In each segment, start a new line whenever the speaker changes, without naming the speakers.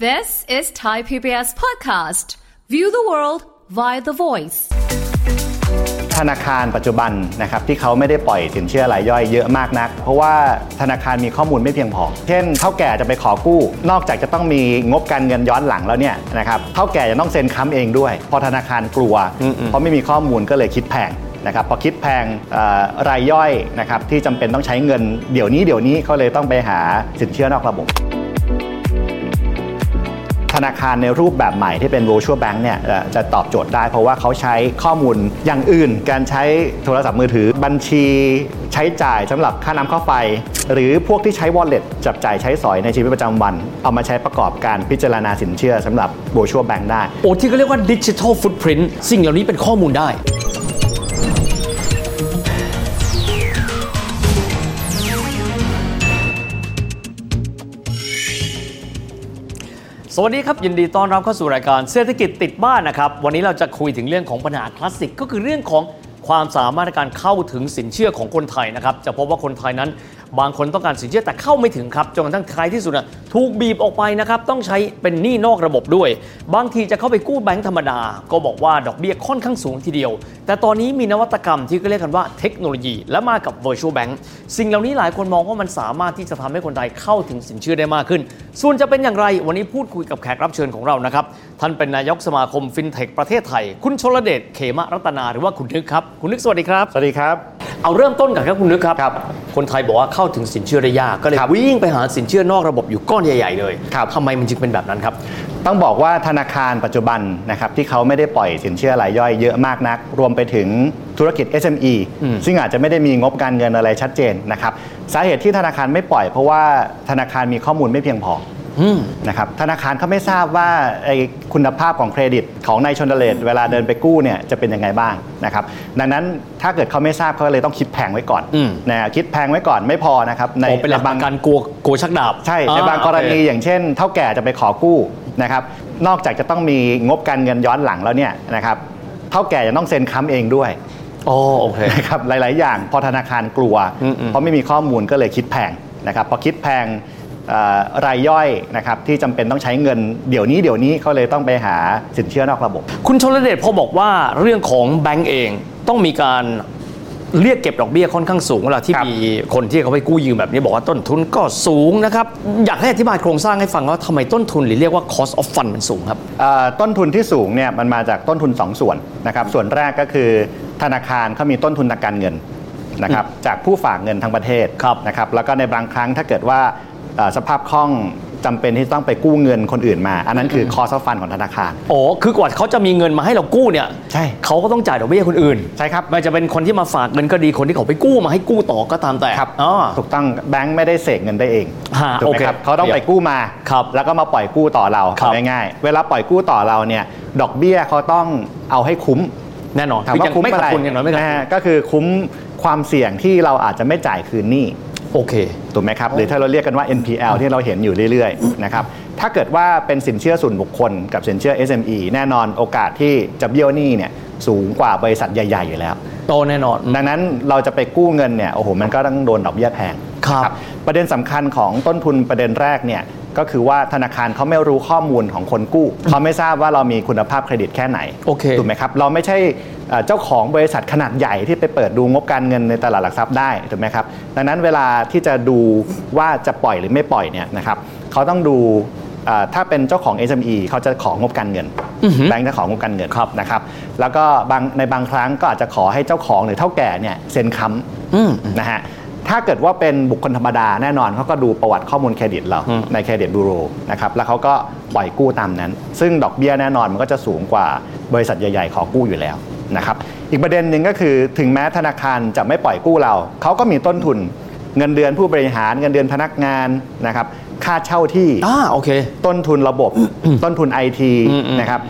This is Thai PBS Podcast. View the world via the voice.
ธนาคารปัจจุบันนะครับที่เขาไม่ได้ปล่อยสินเชื่อรายย่อยเยอะมากนัก เพราะว่าธนาคารมีข้อมูลไม่เพียงพอ เช่นเท่าแก่จะไปขอกู้ นอกจากจะต้องมีงบการเงินย้อนหลังแล้วเนี่ยนะครับเท่าแก่จะต้องเซ็นค้ำเองด้วย พอธนาคารกลัว เพราะไม่มีข้อมูลก็เลยคิดแพงนะครับพอคิดแพงเอ่อรายย่อยนะครับที่จำเป็นต้องใช้เงินเดี๋ยวนี้เดี๋ยวนี้เขาเลยต้องไปหาสินเชื่อนอกระบบ ธนาคารในรูปแบบใหม่ที่เป็น virtual bank เนี่ยเอ่อจะตอบโจทย์ได้ เพราะว่าเขาใช้ข้อมูลอย่างอื่น การใช้โทรศัพท์มือถือบัญชีใช้จ่ายสำหรับค่าน้ำค่าไฟ หรือพวกที่ใช้ wallet จับจ่ายใช้สอยในชีวิตประจำวัน เอามาใช้ประกอบการพิจารณาสินเชื่อสำหรับ virtual bank ได้
โอ้ที่เขาเรียกว่าดิจิทัลฟุต p ริน t สิ่งเหล่านี้เป็นข้อมูลได้ สวัสดีครับ ยินดีต้อนรับเข้าสู่รายการเศรษฐกิจติดบ้านนะครับ วันนี้เราจะคุยถึงเรื่องของปัญหาคลาสสิก ก็คือเรื่องของความสามารถในการเข้าถึงสินเชื่อของคนไทยนะครับ จะพบว่าคนไทยนั้น บางคนต้องการสินเชื่อแต่เข้าไม่ถึงครับจนกระทั่งท้ายที่สุดนะถูกบีบออกไปนะครับ ต้องใช้เป็นหนี้นอกระบบด้วย บางทีจะเข้าไปกู้แบงก์ธรรมดา ก็บอกว่าดอกเบี้ยค่อนข้างสูงทีเดียว แต่ตอนนี้มีนวัตกรรมที่ก็เรียกกันว่าเทคโนโลยี และมากับ virtual bank สิ่งเหล่านี้หลายคนมองว่ามันสามารถที่จะทำให้คนไทยเข้าถึงสินเชื่อได้มากขึ้น ส่วนจะเป็นอย่างไรวันนี้พูดคุยกับแขกรับเชิญของเรานะครับ ท่านเป็นนายกสมาคมฟินเทคประเทศไทย คุณชลเดชเขมรัตนาหรือว่าคุณนึกครับ คุณนึกสวัสดีครับ
สวัสดีครับ
เอาเริ่มต้นกันครับคุณนึกครับ
ครับ
คนไทยบอกว่าเข้าถึงสินเชื่อได้ยากก็เลย
ครับ
วิ่งไปหาสินเชื่อนอกระบบอยู่ก้อนใหญ่ๆเลย
ครับ
ทำไมมันจึงเป็นแบบนั้นครับ
ต้องบอกว่าธนาคารปัจจุบันนะครับที่เขาไม่ได้ปล่อยสินเชื่อรายย่อยเยอะมากนัก รวมไปถึงธุรกิจ SME ซึ่งอาจจะไม่ได้มีงบการเงินอะไรชัดเจนนะครับสาเหตุที่ธนาคารไม่ปล่อยเพราะว่าธนาคารมีข้อมูลไม่เพียงพอ
อืม
นะครับธนาคารเขาไม่ทราบว่าไอ้คุณภาพของเครดิตของนายชนเดเลตเวลาเดินไปกู้เนี่ยจะเป็นยังไงบ้างนะครับดังนั้นถ้าเกิดเขาไม่ทราบเขาเลยต้องคิดแพงไว้ก่อน
อืม
นะคิดแพงไว้ก่อนไม่พอนะครับใน
โอ้เป็นหลัก
ใน
ป
บา
ระ
ง
กันกลัวกลัวชักดาบ
ใช่ในบาง
อ่
กรณี
โอเค
อย่างเช่น เท่าแก่จะไปขอกู้นะครับนอกจากจะต้องมีงบการเงินย้อนหลังแล้วเนี่ยนะครับเท่าแก่จะต้องเซ็นค้ำเองด้วย
อ๋อโอเค
นะครับหลาย ๆ อย่างพอธนาคารกลัว
อืมๆ
เพราะไม่มีข้อมูลก็เลยคิดแพงนะครับพอคิดแพงเอ่อรายย่อยนะครับที่จำเป็นต้องใช้เงินเดี๋ยวนี้เดี๋ยวนี้เขาเลยต้องไปหาสินเชื่อนอกระบบ
คุณชนระเดชพอบอกว่าเรื่องของแบงก์เองต้องมีการเรียกเก็บดอกเบี้ยค่อนข้างสูงเวลาที่
ครับ
มีคนที่เขาไปกู้ยืมแบบนี้บอกว่าต้นทุนก็สูงนะครับ อยากให้อธิบายโครงสร้างให้ฟังว่าทำไมต้นทุนหรือเรียกว่า cost of fund มันสูงครับ
เอ่อต้นทุนที่สูงเนี่ยมันมาจากต้นทุน 2 ส่วนนะครับส่วนแรกก็คือธนาคารเขามีต้นทุนทางการเงินนะครับจากผู้ฝากเงินทั้งประเทศ
ครับ
นะครับแล้วก็ในบางครั้งถ้าเกิดว่าเอ่อสภาพคล่องจำเป็นที่ต้องไปกู้เงินคนอื่นมา อันนั้นคือคอสฟันของธนาคาร
อ๋อคือกว่าเขาจะมีเงินมาให้เรากู้เนี่ย
ใช่
เขาก็ต้องจ่ายดอกเบี้ยคนอื่น
ใช่ครับ
ไมันจะเป็นคนที่มาฝากเงินก็ดีคนที่เขาไปกู้มาให้กู้ต่อก็ตามแต่
ครับ
อ๋อ
ถูกต้องแบงค์ไม่ได้เสกเงินได้เอง
ฮะ
ถูกไหมครับ
โอเค
เขาต้องไปกู้มา
ครับ
แล้วก็มาปล่อยกู้ต่อเรา
ครับ
เอาง่ายๆ เวลาปล่อยกู้ต่อเราเนี่ยดอกเบี้ยเขาต้องเอาให้คุ้ม
แน่นอน
ถามว่า
ยัง
คุ้ม
ไม่
อะ
ขาด
ไร
ทุนอย่างน้อยไม่ขาด
นะ
ทุ
ฮะ
น
ก็คือคุ้มความเสี่ยงที่เราอาจจะไม่จ่ายคืนหนี้
โอเค
ถูกไหมครับหรือถ้าเราเรียกกันว่า NPL ที่เราเห็นอยู่เรื่อยๆนะครับถ้าเกิดว่าเป็นสินเชื่อส่วนบุคคลกับสินเชื่อ SME แน่นอนโอกาสที่จะเบี้ยวหนี้เนี่ยสูงกว่าบริษัทใหญ่ ๆ อยู่แล้ว
โตแน่นอน
ดังนั้นเราจะไปกู้เงินเนี่ยโอ้โหมันก็ต้องโดนดอกเบี้ยแพง
ครับ
ประเด็นสำคัญของต้นทุนประเด็นแรกเนี่ยก็คือว่าธนาคารเขาไม่รู้ข้อมูลของคนกู้เขาไม่ทราบว่าเรามีคุณภาพเครดิตแค่ไหน
โอเค
ถูกไหมครับเราไม่ใช่เอ่อเจ้าของบริษัทขนาดใหญ่ที่ไปเปิดดูงบการเงินในตลาดหลักทรัพย์ได้ถูกไหมครับดังนั้นเวลาที่จะดูว่าจะปล่อยหรือไม่ปล่อยเนี่ยนะครับเขาต้องดูเอ่อถ้าเป็นเจ้าของ SME เขาจะของงบการเงินแบงค์จะของงบการเงินนะครับแล้วก็บางในบางครั้งก็อาจจะขอให้เจ้าของหรือเท่าแก่เนี่ยเซ็นค้ำ
อืม
นะฮะ ถ้าเกิดว่าเป็นบุคคลธรรมดาแน่นอนเขาก็ดูประวัติข้อมูลเครดิตเรา
อืม
ในเครดิตบูโรนะครับ แล้วเขาก็ปล่อยกู้ตามนั้น ซึ่งดอกเบี้ยแน่นอนมันก็จะสูงกว่าบริษัทใหญ่ๆ ขอกู้อยู่แล้วนะครับ อีกประเด็นหนึ่งก็คือถึงแม้ธนาคารจะไม่ปล่อยกู้เรา เขาก็มีต้นทุนเงินเดือนผู้บริหารเงินเดือนพนักงานนะครับ ค่าเช่าที่
อ่าโอเค
ต้นทุนระบบ ต้นทุนไอที
อืมอืม
นะครับ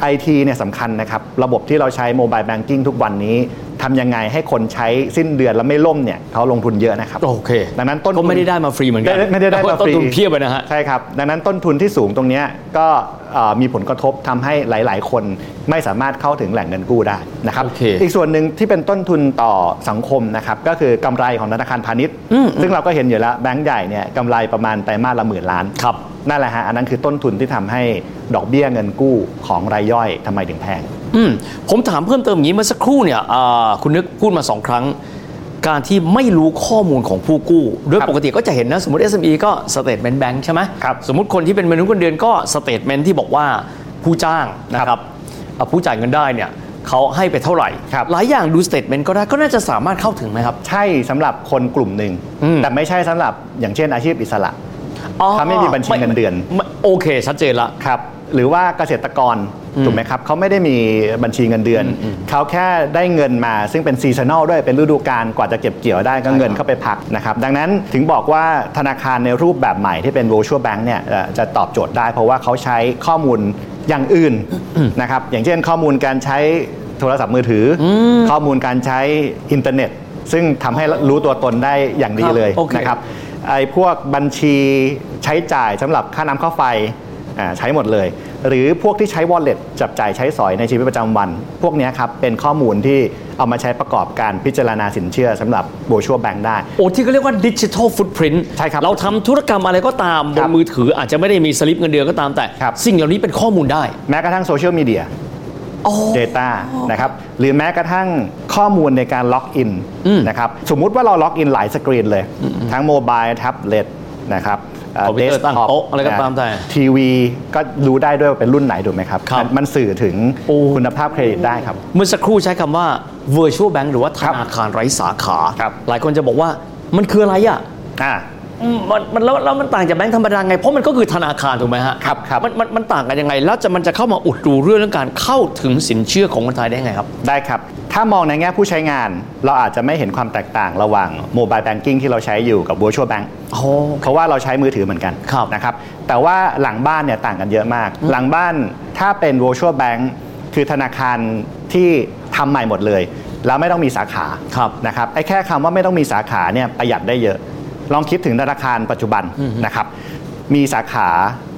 ไอทีเนี่ยสำคัญนะครับ ระบบที่เราใช้โมบายแบงกิ้งทุกวันนี้ ทำยังไงให้คนใช้สิ้นเดือนแล้วไม่ล่มเนี่ยเขาลงทุนเยอะนะครับ
โอเค
ดังนั้นต้นทุน
ก็ไม่ได้ได้มาฟรีเหมือนกัน
ไม่ได้ได้มาฟรี
ต้นทุนเพียบเลยนะฮะ
ใช่ครับ ดังนั้นต้นทุนที่สูงตรงเนี้ยก็เอ่อมีผลกระทบทำให้หลาย ๆ คนไม่สามารถเข้าถึงแหล่งเงินกู้ได้นะครับ
โอเค
อีกส่วนหนึ่งที่เป็นต้นทุนต่อสังคมนะครับก็คือกำไรของธนาคารพาณิชย์
อืม
ซึ่งเราก็เห็นอยู่แล้วแบงก์ใหญ่เนี่ยกำไรประมาณไตรมาสละหมื่นล้าน
ครับ
นั่นแหละฮะอันนั้นคือต้นทุนที่ทำให้ดอกเบี้ยเงินกู้ของรายย่อยทำไมถึงแพง
อืมผมถามเพิ่มเติมอย่างนี้เมื่อสักครู่เนี่ยอ่าคุณนึกพูดมาสองครั้ง การที่ไม่รู้ข้อมูลของผู้กู้ โดย
ครับ
ปกติก็จะเห็นนะ สมมติ SME ก็สเต t เมนต์แบงค์ใช่ไหม
ครับ
สมมติคนที่เป็นมนุษย์เงินเดือนก็สเต t เมนต์ที่บอกว่าผู้จ้างนะครับอ่าผู้จ่ายเงินได้เนี่ยเขาให้ไปเท่าไหร่
ครับ
หลายอย่างดูสเต t เมนต์ก็ได้ก็น่าจะสามารถเข้าถึงไหมครับ
ใช่สำหรับคนกลุ่มหนึ่ง
อืม
แต่ไม่ใช่สำหรับอย่างเช่นอาชีพอิสระ
อ๋อ
เขาไม่มีบัญชีเงินเดือน
ไม่โอเค ชัดเจนละ
ครับหรือว่าเกษตรกร
อืม
ถูกไหมครับเขาไม่ได้มีบัญชีเงินเดือน เขาแค่ได้เงินมาซึ่งเป็นซีซันอลด้วยเป็นฤดูกาลกว่าจะเก็บเกี่ยวได้ก็
ใช่
เงิน
ครับ
เข้าไปพักนะครับ ดังนั้นถึงบอกว่าธนาคารในรูปแบบใหม่ที่เป็น virtual bank เนี่ยเอ่อจะตอบโจทย์ได้ เพราะว่าเขาใช้ข้อมูลอย่างอื่นนะครับอย่างเช่นข้อมูลการใช้โทรศัพท์มือถืออข้อมูลการใช้อินเทอร์เน็ต ซึ่งทำให้รู้ตัวตนได้อย่างดีเลย
โอเค
นะครับ ไอ้พวกบัญชีใช้จ่ายสำหรับค่าน้ำค่าไฟอ่าใช้หมดเลย หรือพวกที่ใช้ wallet จับจ่ายใช้สอยในชีวิตประจำวัน พวกเนี้ยครับเป็นข้อมูลที่เอามาใช้ประกอบการพิจารณาสินเชื่อสำหรับโบชัวแบงค์ได้
โอ้ที่เขาเรียกว่าดิจิทัลฟุตพิ้น
ใช่ครับ
เราทำธุรกรรมอะไรก็ตามบ
ครั
น
บ
มือถืออาจจะไม่ได้มีสลิปเงินเดือนก็ตามแต่
ครับ
สิ่งเหล่านี้เป็นข้อมูลได้
แม้กระทั่งโซเชียลมีเดีย
อ๋อ
Data นะครับหรือแม้กระทั่งข้อมูลในการล็อกอิน
อืม
นะครับสมมุติว่าเราล็อกอินหลายสกรีนเลย ทั้งโมบายแท็บเล็ตนะครับ
คอมพิวเตอร์ตั้งโต๊ะอะไรก็ตามแต่
ทีวีก็รู้ได้ด้วยว่าเป็นรุ่นไหนถูกไหมครับ
ครับ
มันมันสื่อถึงคุณภาพเครดิตได้ครับ
เมื่อสักครู่ใช้คำว่า virtual bank หรือว่าธ
ครับ
นาคารไร้สาขา
ครับ
หลายคนจะบอกว่ามันคืออะไรอ่ะ
อ่า
อืมมันมันแล้วแล้วมันต่างจากแบงค์ธรรมดาไง เพราะมันก็คือธนาคารถูกไหมฮะ
ครับครับ
มันมันมันต่างกันยังไง แล้วจะมันจะเข้ามาอุดรูเรื่องเรื่องการเข้าถึงสินเชื่อของคนไทยได้ไงครับ
ได้ครับ ถ้ามองในแง่ผู้ใช้งาน เราอาจจะไม่เห็นความแตกต่างระหว่างโมบายแบงกิ้งที่เราใช้อยู่กับ Virtual Bank
อ๋อ
เพราะว่าเราใช้มือถือเหมือนกัน
ครับ
นะครับ แต่ว่าหลังบ้านเนี่ยต่างกันเยอะมาก หลังบ้านถ้าเป็น virtual bank คือธนาคารที่ทำใหม่หมดเลย แล้วไม่ต้องมีสาขา
ครับ
นะครับไอ้แค่คำว่าไม่ต้องมีสาขาเนี่ยประหยัดได้เยอะ ลองคิดถึงธนาคารปัจจุบันนะครับ มีสาขา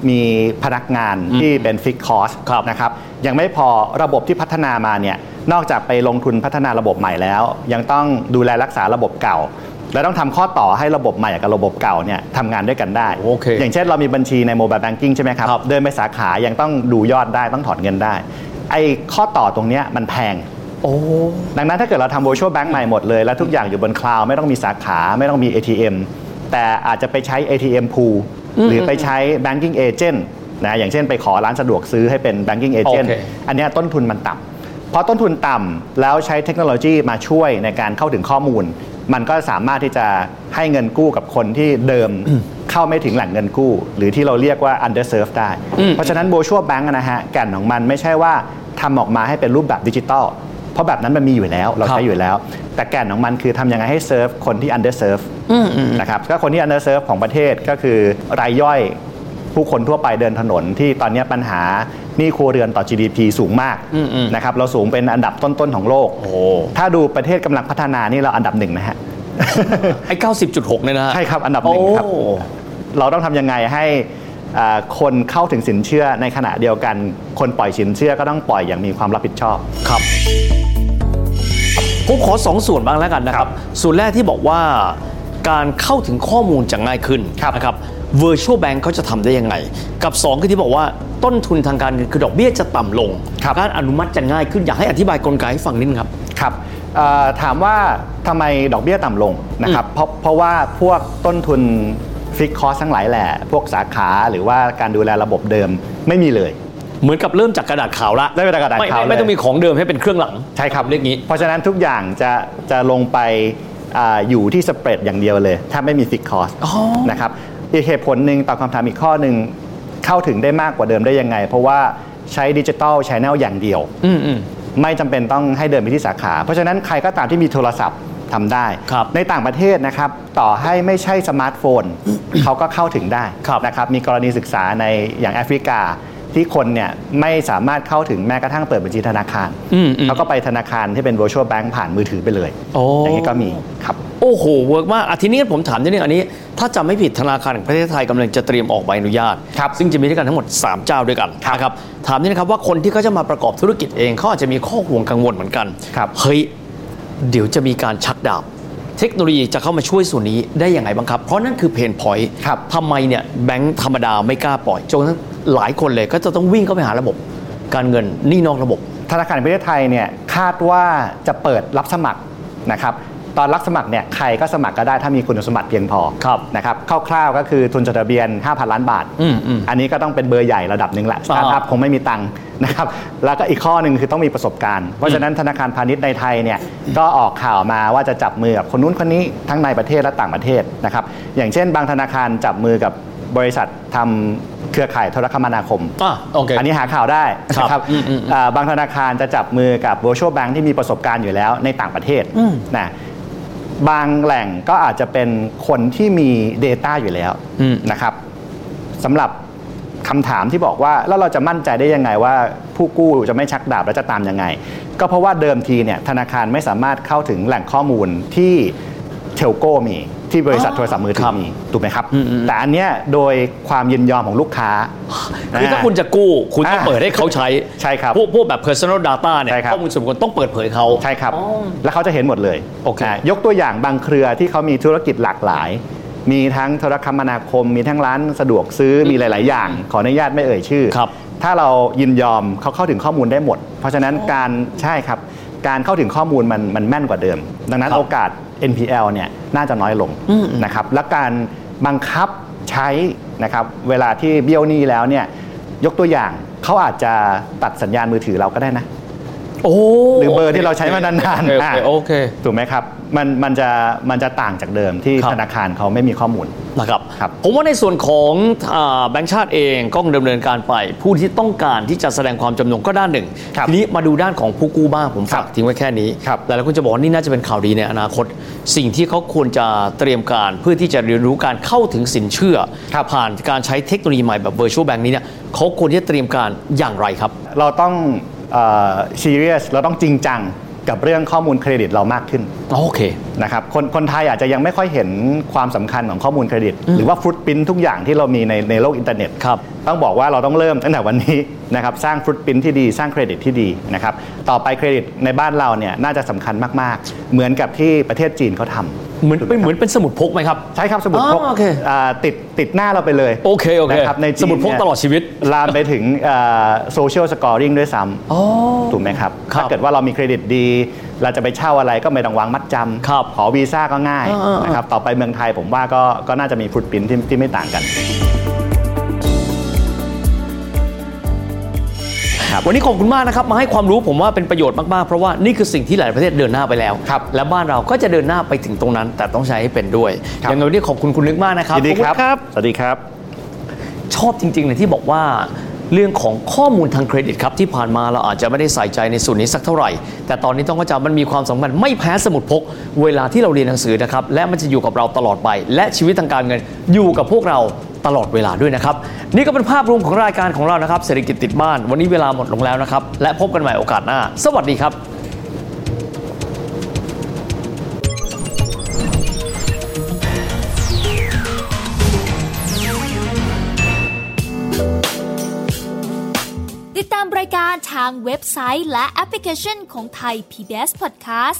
มีพนักงานที่เป็นฟิกคอส
ครับ
นะครับ ยังไม่พอระบบที่พัฒนามาเนี่ย นอกจากไปลงทุนพัฒนาระบบใหม่แล้ว ยังต้องดูแลรักษาระบบเก่า และต้องทำข้อต่อให้ระบบใหม่กับระบบเก่าเนี่ยทำงานด้วยกันได้
โอเค
อย่างเช่นเรามีบัญชีในโมบายแบงกิ้งใช่ไหมครับ
ครับ
เดินไปสาขายังต้องดูยอดได้ต้องถอนเงินได้ ไอ้ข้อต่อตรงเนี้ยมันแพง
โอ้
ดังนั้นถ้าเกิดเราทำ virtual bank ใหม่หมดเลย แล้วทุกอย่างอยู่บนคลาวด์ไม่ต้องมีสาขาไม่ต้องมี ATM แต่อาจจะไปใช้ ATM pool หรือไปใช้ banking agent นะอย่างเช่นไปขอร้านสะดวกซื้อให้เป็น banking agent
โอเค
อันเนี้ยต้นทุนมันต่ำเพราะต้นทุนต่ำแล้วใช้เทคโนโลยีมาช่วยในการเข้าถึงข้อมูล มันก็สามารถที่จะให้เงินกู้กับคนที่เดิมเข้าไม่ถึงแหล่งเงินกู้ หรือที่เราเรียกว่า underserved ได้ เพราะฉะนั้นโบชัวแบงก์นะฮะแก่นของมันไม่ใช่ว่าทำออกมาให้เป็นรูปแบบดิจิตอลเพราะแบบนั้นมันมีอยู่แล้ว เรา
ครับ
ใช้อยู่แล้ว แต่แก่นของมันคือทำยังไงให้เซิร์ฟคนที่ underserved นะครับก็คนที่ underserved ของประเทศก็คือรายย่อย ผู้คนทั่วไปเดินถนนที่ตอนนี้ปัญหาหนี้ครัวเรือนต่อ GDP สูงมาก
อืมๆ
นะครับเราสูงเป็นอันดับต้น ๆ ของโลก
โอ้
ถ้าดูประเทศกำลังพัฒนานี่เราอันดับหนึ่งนะฮะ
ไอ้เก้าสิบจุดหกเนี่ยนะฮะ
ใช่ครับ อันดับหนึ่งครับ
โอ้
เราต้องทำยังไงให้อ่าคนเข้าถึงสินเชื่อในขณะเดียวกัน คนปล่อยสินเชื่อก็ต้องปล่อยอย่างมีความรับผิดชอบ
ครับผมขอสองส่วนบ้างแล้วกันนะครับ ส่วนแรกที่บอกว่าการเข้าถึงข้อมูลจะง่ายขึ้น
ครับ
นะครับ virtual bank เขาจะทำได้ยังไง กับสองคือที่บอกว่าต้นทุนทางการเงินคือดอกเบี้ยจะต่ำลง
ครับ
การอนุมัติจะง่ายขึ้น อยากให้อธิบายกลไกให้ฟังนิดนึงครับ
ครับเอ่อถามว่าทำไมดอกเบี้ยต่ำลงนะครับเพราะเพราะว่าพวกต้นทุนฟิกคอสทั้งหลายแหละ พวกสาขาหรือว่าการดูแลระบบเดิมไม่มีเลย
เหมือนกับเริ่มจากกระดาษขาวละ
เริ่มจากกระดาษ
ไม่
ขาวเล
ไม่
ย
ไม่ต้องมีของเดิมให้เป็นเครื่องหลัง
ใช่ครับ
เรียกงี้
เพราะฉะนั้นทุกอย่างจะจะลงไปอาอยู่ที่สเปรดอย่างเดียวเลยถ้าไม่มีฟิกคอส
อ๋อ
นะครับอีกเหตุผลหนึ่งตอบคำถามอีกข้อหนึ่งเข้าถึงได้มากกว่าเดิมได้ยังไง เพราะว่าใช้ดิจิตอลชแนลอย่างเดียว
อืมอืม
ไม่จำเป็นต้องให้เดินไปที่สาขา เพราะฉะนั้นใครก็ตามที่มีโทรศัพท์ทำได้
ครับ
ในต่างประเทศนะครับ ต่อให้ไม่ใช่ สมาร์ทโฟน เขาก็เข้าถึงได้
ครับ
นะครับ มีกรณีศึกษาในอย่างแอฟริกา ที่คนเนี่ยไม่สามารถเข้าถึงแม้กระทั่งเปิดบัญชีธนาคาร
อืมอืม
เขาก็ไปธนาคารที่เป็น virtual bank ผ่านมือถือไปเลย
โอ้
ย่างนี้ก็มีครับ
โอ้โหเวิร์กมากอาทีนี้ผมถามนิดนึงอันนี้ ถ้าจำไม่ผิดธนาคารแห่งประเทศไทยกำลังจะเตรียมออกใบอนุญาต
ครับ
ซึ่งจะมีด้วยกันทั้งหมด 3 เจ้าด้วยกันนะครับถามนิดนะครับว่าคนที่เขาจะมาประกอบธุรกิจเองเขาอาจจะมีข้อห่วงกังวลเหมือนกันเฮ้ยเดี๋ยวจะมีการชักดาบ เทคโนโลยีจะเข้ามาช่วยส่วนนี้ได้อย่างไรบ้างครับ เพราะนั่นคือเพนพอยต์ทำไมเนี่ยแบงค์ธรรมดาไม่กล้าปล่อยจนกระทั้งหลายคนเลยก็จะต้องวิ่งเข้าไปหาระบบ การเงินหนี่นอกระบบ
ธนาคารแห่งประเทศไทยเนี่ยคาดว่าจะเปิดรับสมัครนะครับตอนรับสมัครเนี่ยใครก็สมัครก็ได้ถ้ามีคุณสมบัติเพียงพอ
ครับ
นะครับคร่าวๆก็คือทุนจดทะเบียน 5,000 ล้านบาท
อืมอืม
อันนี้ก็ต้องเป็นเบอร์ใหญ่ระดับหนึ่งแหละสตาร์ทอัพคงไม่มีตังค์ นะครับแล้วก็อีกข้อหนึ่งคือต้องมีประสบการณ์ เพราะฉะนั้นธนาคารพาณิชย์ในไทยเนี่ยก็ออกข่าวมาว่าจะจับมือกับคนนู้นคนนี้ทั้งในประเทศและต่างประเทศนะครับอย่างเช่น บางธนาคารจับมือกับบริษัททำเครือข่ายโทรคมนาคม
อ่ะโอเค
นนี้หาข่าวได้
ครับ
นะครับ
อืมอืม
อ่าบางธนาคารจะจับมือกับ virtual bank ที่มีประสบการณ์อยู่แล้วในต่างประเทศ
อืม
นะบางแหล่งก็อาจจะเป็นคนที่มี Data อยู่แล้ว
อืม
นะครับสำหรับคำถามที่บอกว่าแล้วเราจะมั่นใจได้ยังไงว่าผู้กู้จะไม่ชักดาบและจะตามยังไง ก็เพราะว่าเดิมทีเนี่ยธนาคารไม่สามารถเข้าถึงแหล่งข้อมูลที่เทลโก้มีที่บริษัทโทรศัพท์มือถื
ครั
อบ มีถูกไหมครับ
อืมอืม
แต่อันเนี้ยโดยความยินยอมของลูกค้า
คือถ้าคุณจะกู้ คุณต้อง
อ่า
เปิดให้เขาใช้
ใช่ครับ
พวกพวกแบบ personal data เนี่ย
ใช่ครับ
ข้อมูลส่วนบุคคลต้องเปิดเผยเขา
ใช่ครับ
อ๋อ
แล้วเขาจะเห็นหมดเลย
โอเค
นะยกตัวอย่างบางเครือที่เขามีธุรกิจหลากหลาย มีทั้งโทรคมนาคม มีทั้งร้านสะดวกซื้อ มีหลาย ๆ อย่าง ขออนุญาตไม่เอ่ยชื่อ
ครับ
ถ้าเรายินยอมเขาเข้าถึงข้อมูลได้หมด เพราะฉะนั้นการใช่ครับ การเข้าถึงข้อมูลมันมันแม่นกว่าเดิม ดังนั้น
ครับ
โอกาส NPL เนี่ยน่าจะน้อยลง
อืมอืม
นะครับ และการบังคับใช้นะครับเวลาที่เบี้ยวหนี้แล้วเนี่ยยกตัวอย่างเขาอาจจะตัดสัญญาณมือถือเราก็ได้นะ
โอ้
หรือเบอร์ที่เราใช้มานานๆ
โอเค
อ่ะ
โอเค
ถูกไหมครับ มันมันจะมันจะต่างจากเดิมที่
ครับ
ธนาคารเขาไม่มีข้อมูล
นะครับ
ครับ
ผมว่าในส่วนของอาแบงก์ชาติเองก็ดำเนินการไป ผู้ที่ต้องการที่จะแสดงความจำนงก็ด้านหนึ่ง
ครับ
ทีนี้มาดูด้านของผู้กู้บ้างผมฝาก
ครับ
ทิ้งไว้แค่นี้
ครับ
หลายๆคนจะบอกว่านี่น่าจะเป็นข่าวดีในอนาคต สิ่งที่เขาควรจะเตรียมการเพื่อที่จะเรียนรู้การเข้าถึงสินเชื่อ
ครับ
ผ่านการใช้เทคโนโลยีใหม่แบบ virtual bank นี้เนี่ยเขาควรที่จะเตรียมการอย่างไรครับ
เราต้องซีเรียสเราต้องจริงจังกับเรื่องข้อมูลเครดิตเรามากขึ้น
โอเค
นะครับคนคนไทยอาจจะยังไม่ค่อยเห็นความสำคัญของข้อมูลเครดิต หรือว่าฟุตพิ้นทุกอย่างที่เรามีในในโลกอินเทอร์เน็ต
ครับ
ต้องบอกว่าเราต้องเริ่มตั้งแต่วันนี้นะครับสร้างฟุตพิ้นที่ดีสร้างเครดิตที่ดีนะครับต่อไปเครดิตในบ้านเราเนี่ยน่าจะสำคัญมากๆ เหมือนกับที่ประเทศจีนเขาทำ
เหมือน
ถูกไห
เป็น
ค
เห
รับ
มือนเป็นสมุดพกไหมครับ
ใช้ครับสมุดพก
อ๋อโอเค
อ่าติดติดหน้าเราไปเลย
โอเคโอเค
นะครับในจีน
สมุดพก
เนี่ย
ตลอดชีวิต
ลามไปถึงโซเชียลสกอริงด้วยซ้
อ๋อ
ำถูกไหมครับ
ครับ
ถ้าเกิดว่าเรามีเครดิตดี เราจะไปเช่าอะไรก็ไม่ต้องวางมัดจ
ครับ
ำขอวีซ่าก็ง่าย
อ่าๆๆ
นะครับต่อไปเมืองไทยผมว่าก็ก็น่าจะมีฟุตปรินที่ที่ไม่ต่างกัน ครับ
วันนี้ขอบคุณมากนะครับ มาให้ความรู้ผมว่าเป็นประโยชน์มาก ๆ เพราะว่านี่คือสิ่งที่หลายประเทศเดินหน้าไปแล้ว
ครับ
และบ้านเราก็จะเดินหน้าไปถึงตรงนั้น แต่ต้องใช้ให้เป็นด้วย
ครับ
ยังไงวันนี้ขอบคุณคุณนึกมากนะครับ
ยินดี
ขอณ
ครับ สวัสดีครับ
ชอบจริงๆเลยที่บอกว่าเรื่องของข้อมูลทางเครดิตครับที่ผ่านมาเราอาจจะไม่ได้ใส่ใจในส่วนนี้สักเท่าไหร่ แต่ตอนนี้ต้องเข้าใจมันมีความสำคัญไม่แพ้สมุดพก เวลาที่เราเรียนหนังสือนะครับ และมันจะอยู่กับเราตลอดไป และชีวิตทางการเงินอยู่กับพวกเราตลอดเวลาด้วยนะครับ นี่ก็เป็นภาพรวมของรายการของเรานะครับเศรษฐกิจติดบ้าน วันนี้เวลาหมดลงแล้วนะครับและพบกันใหม่โอกาสหน้า สวัสดีครับ
ติดตามรายการทางเว็บไซต์และแอปพลิเคชันของไทย PBS Podcast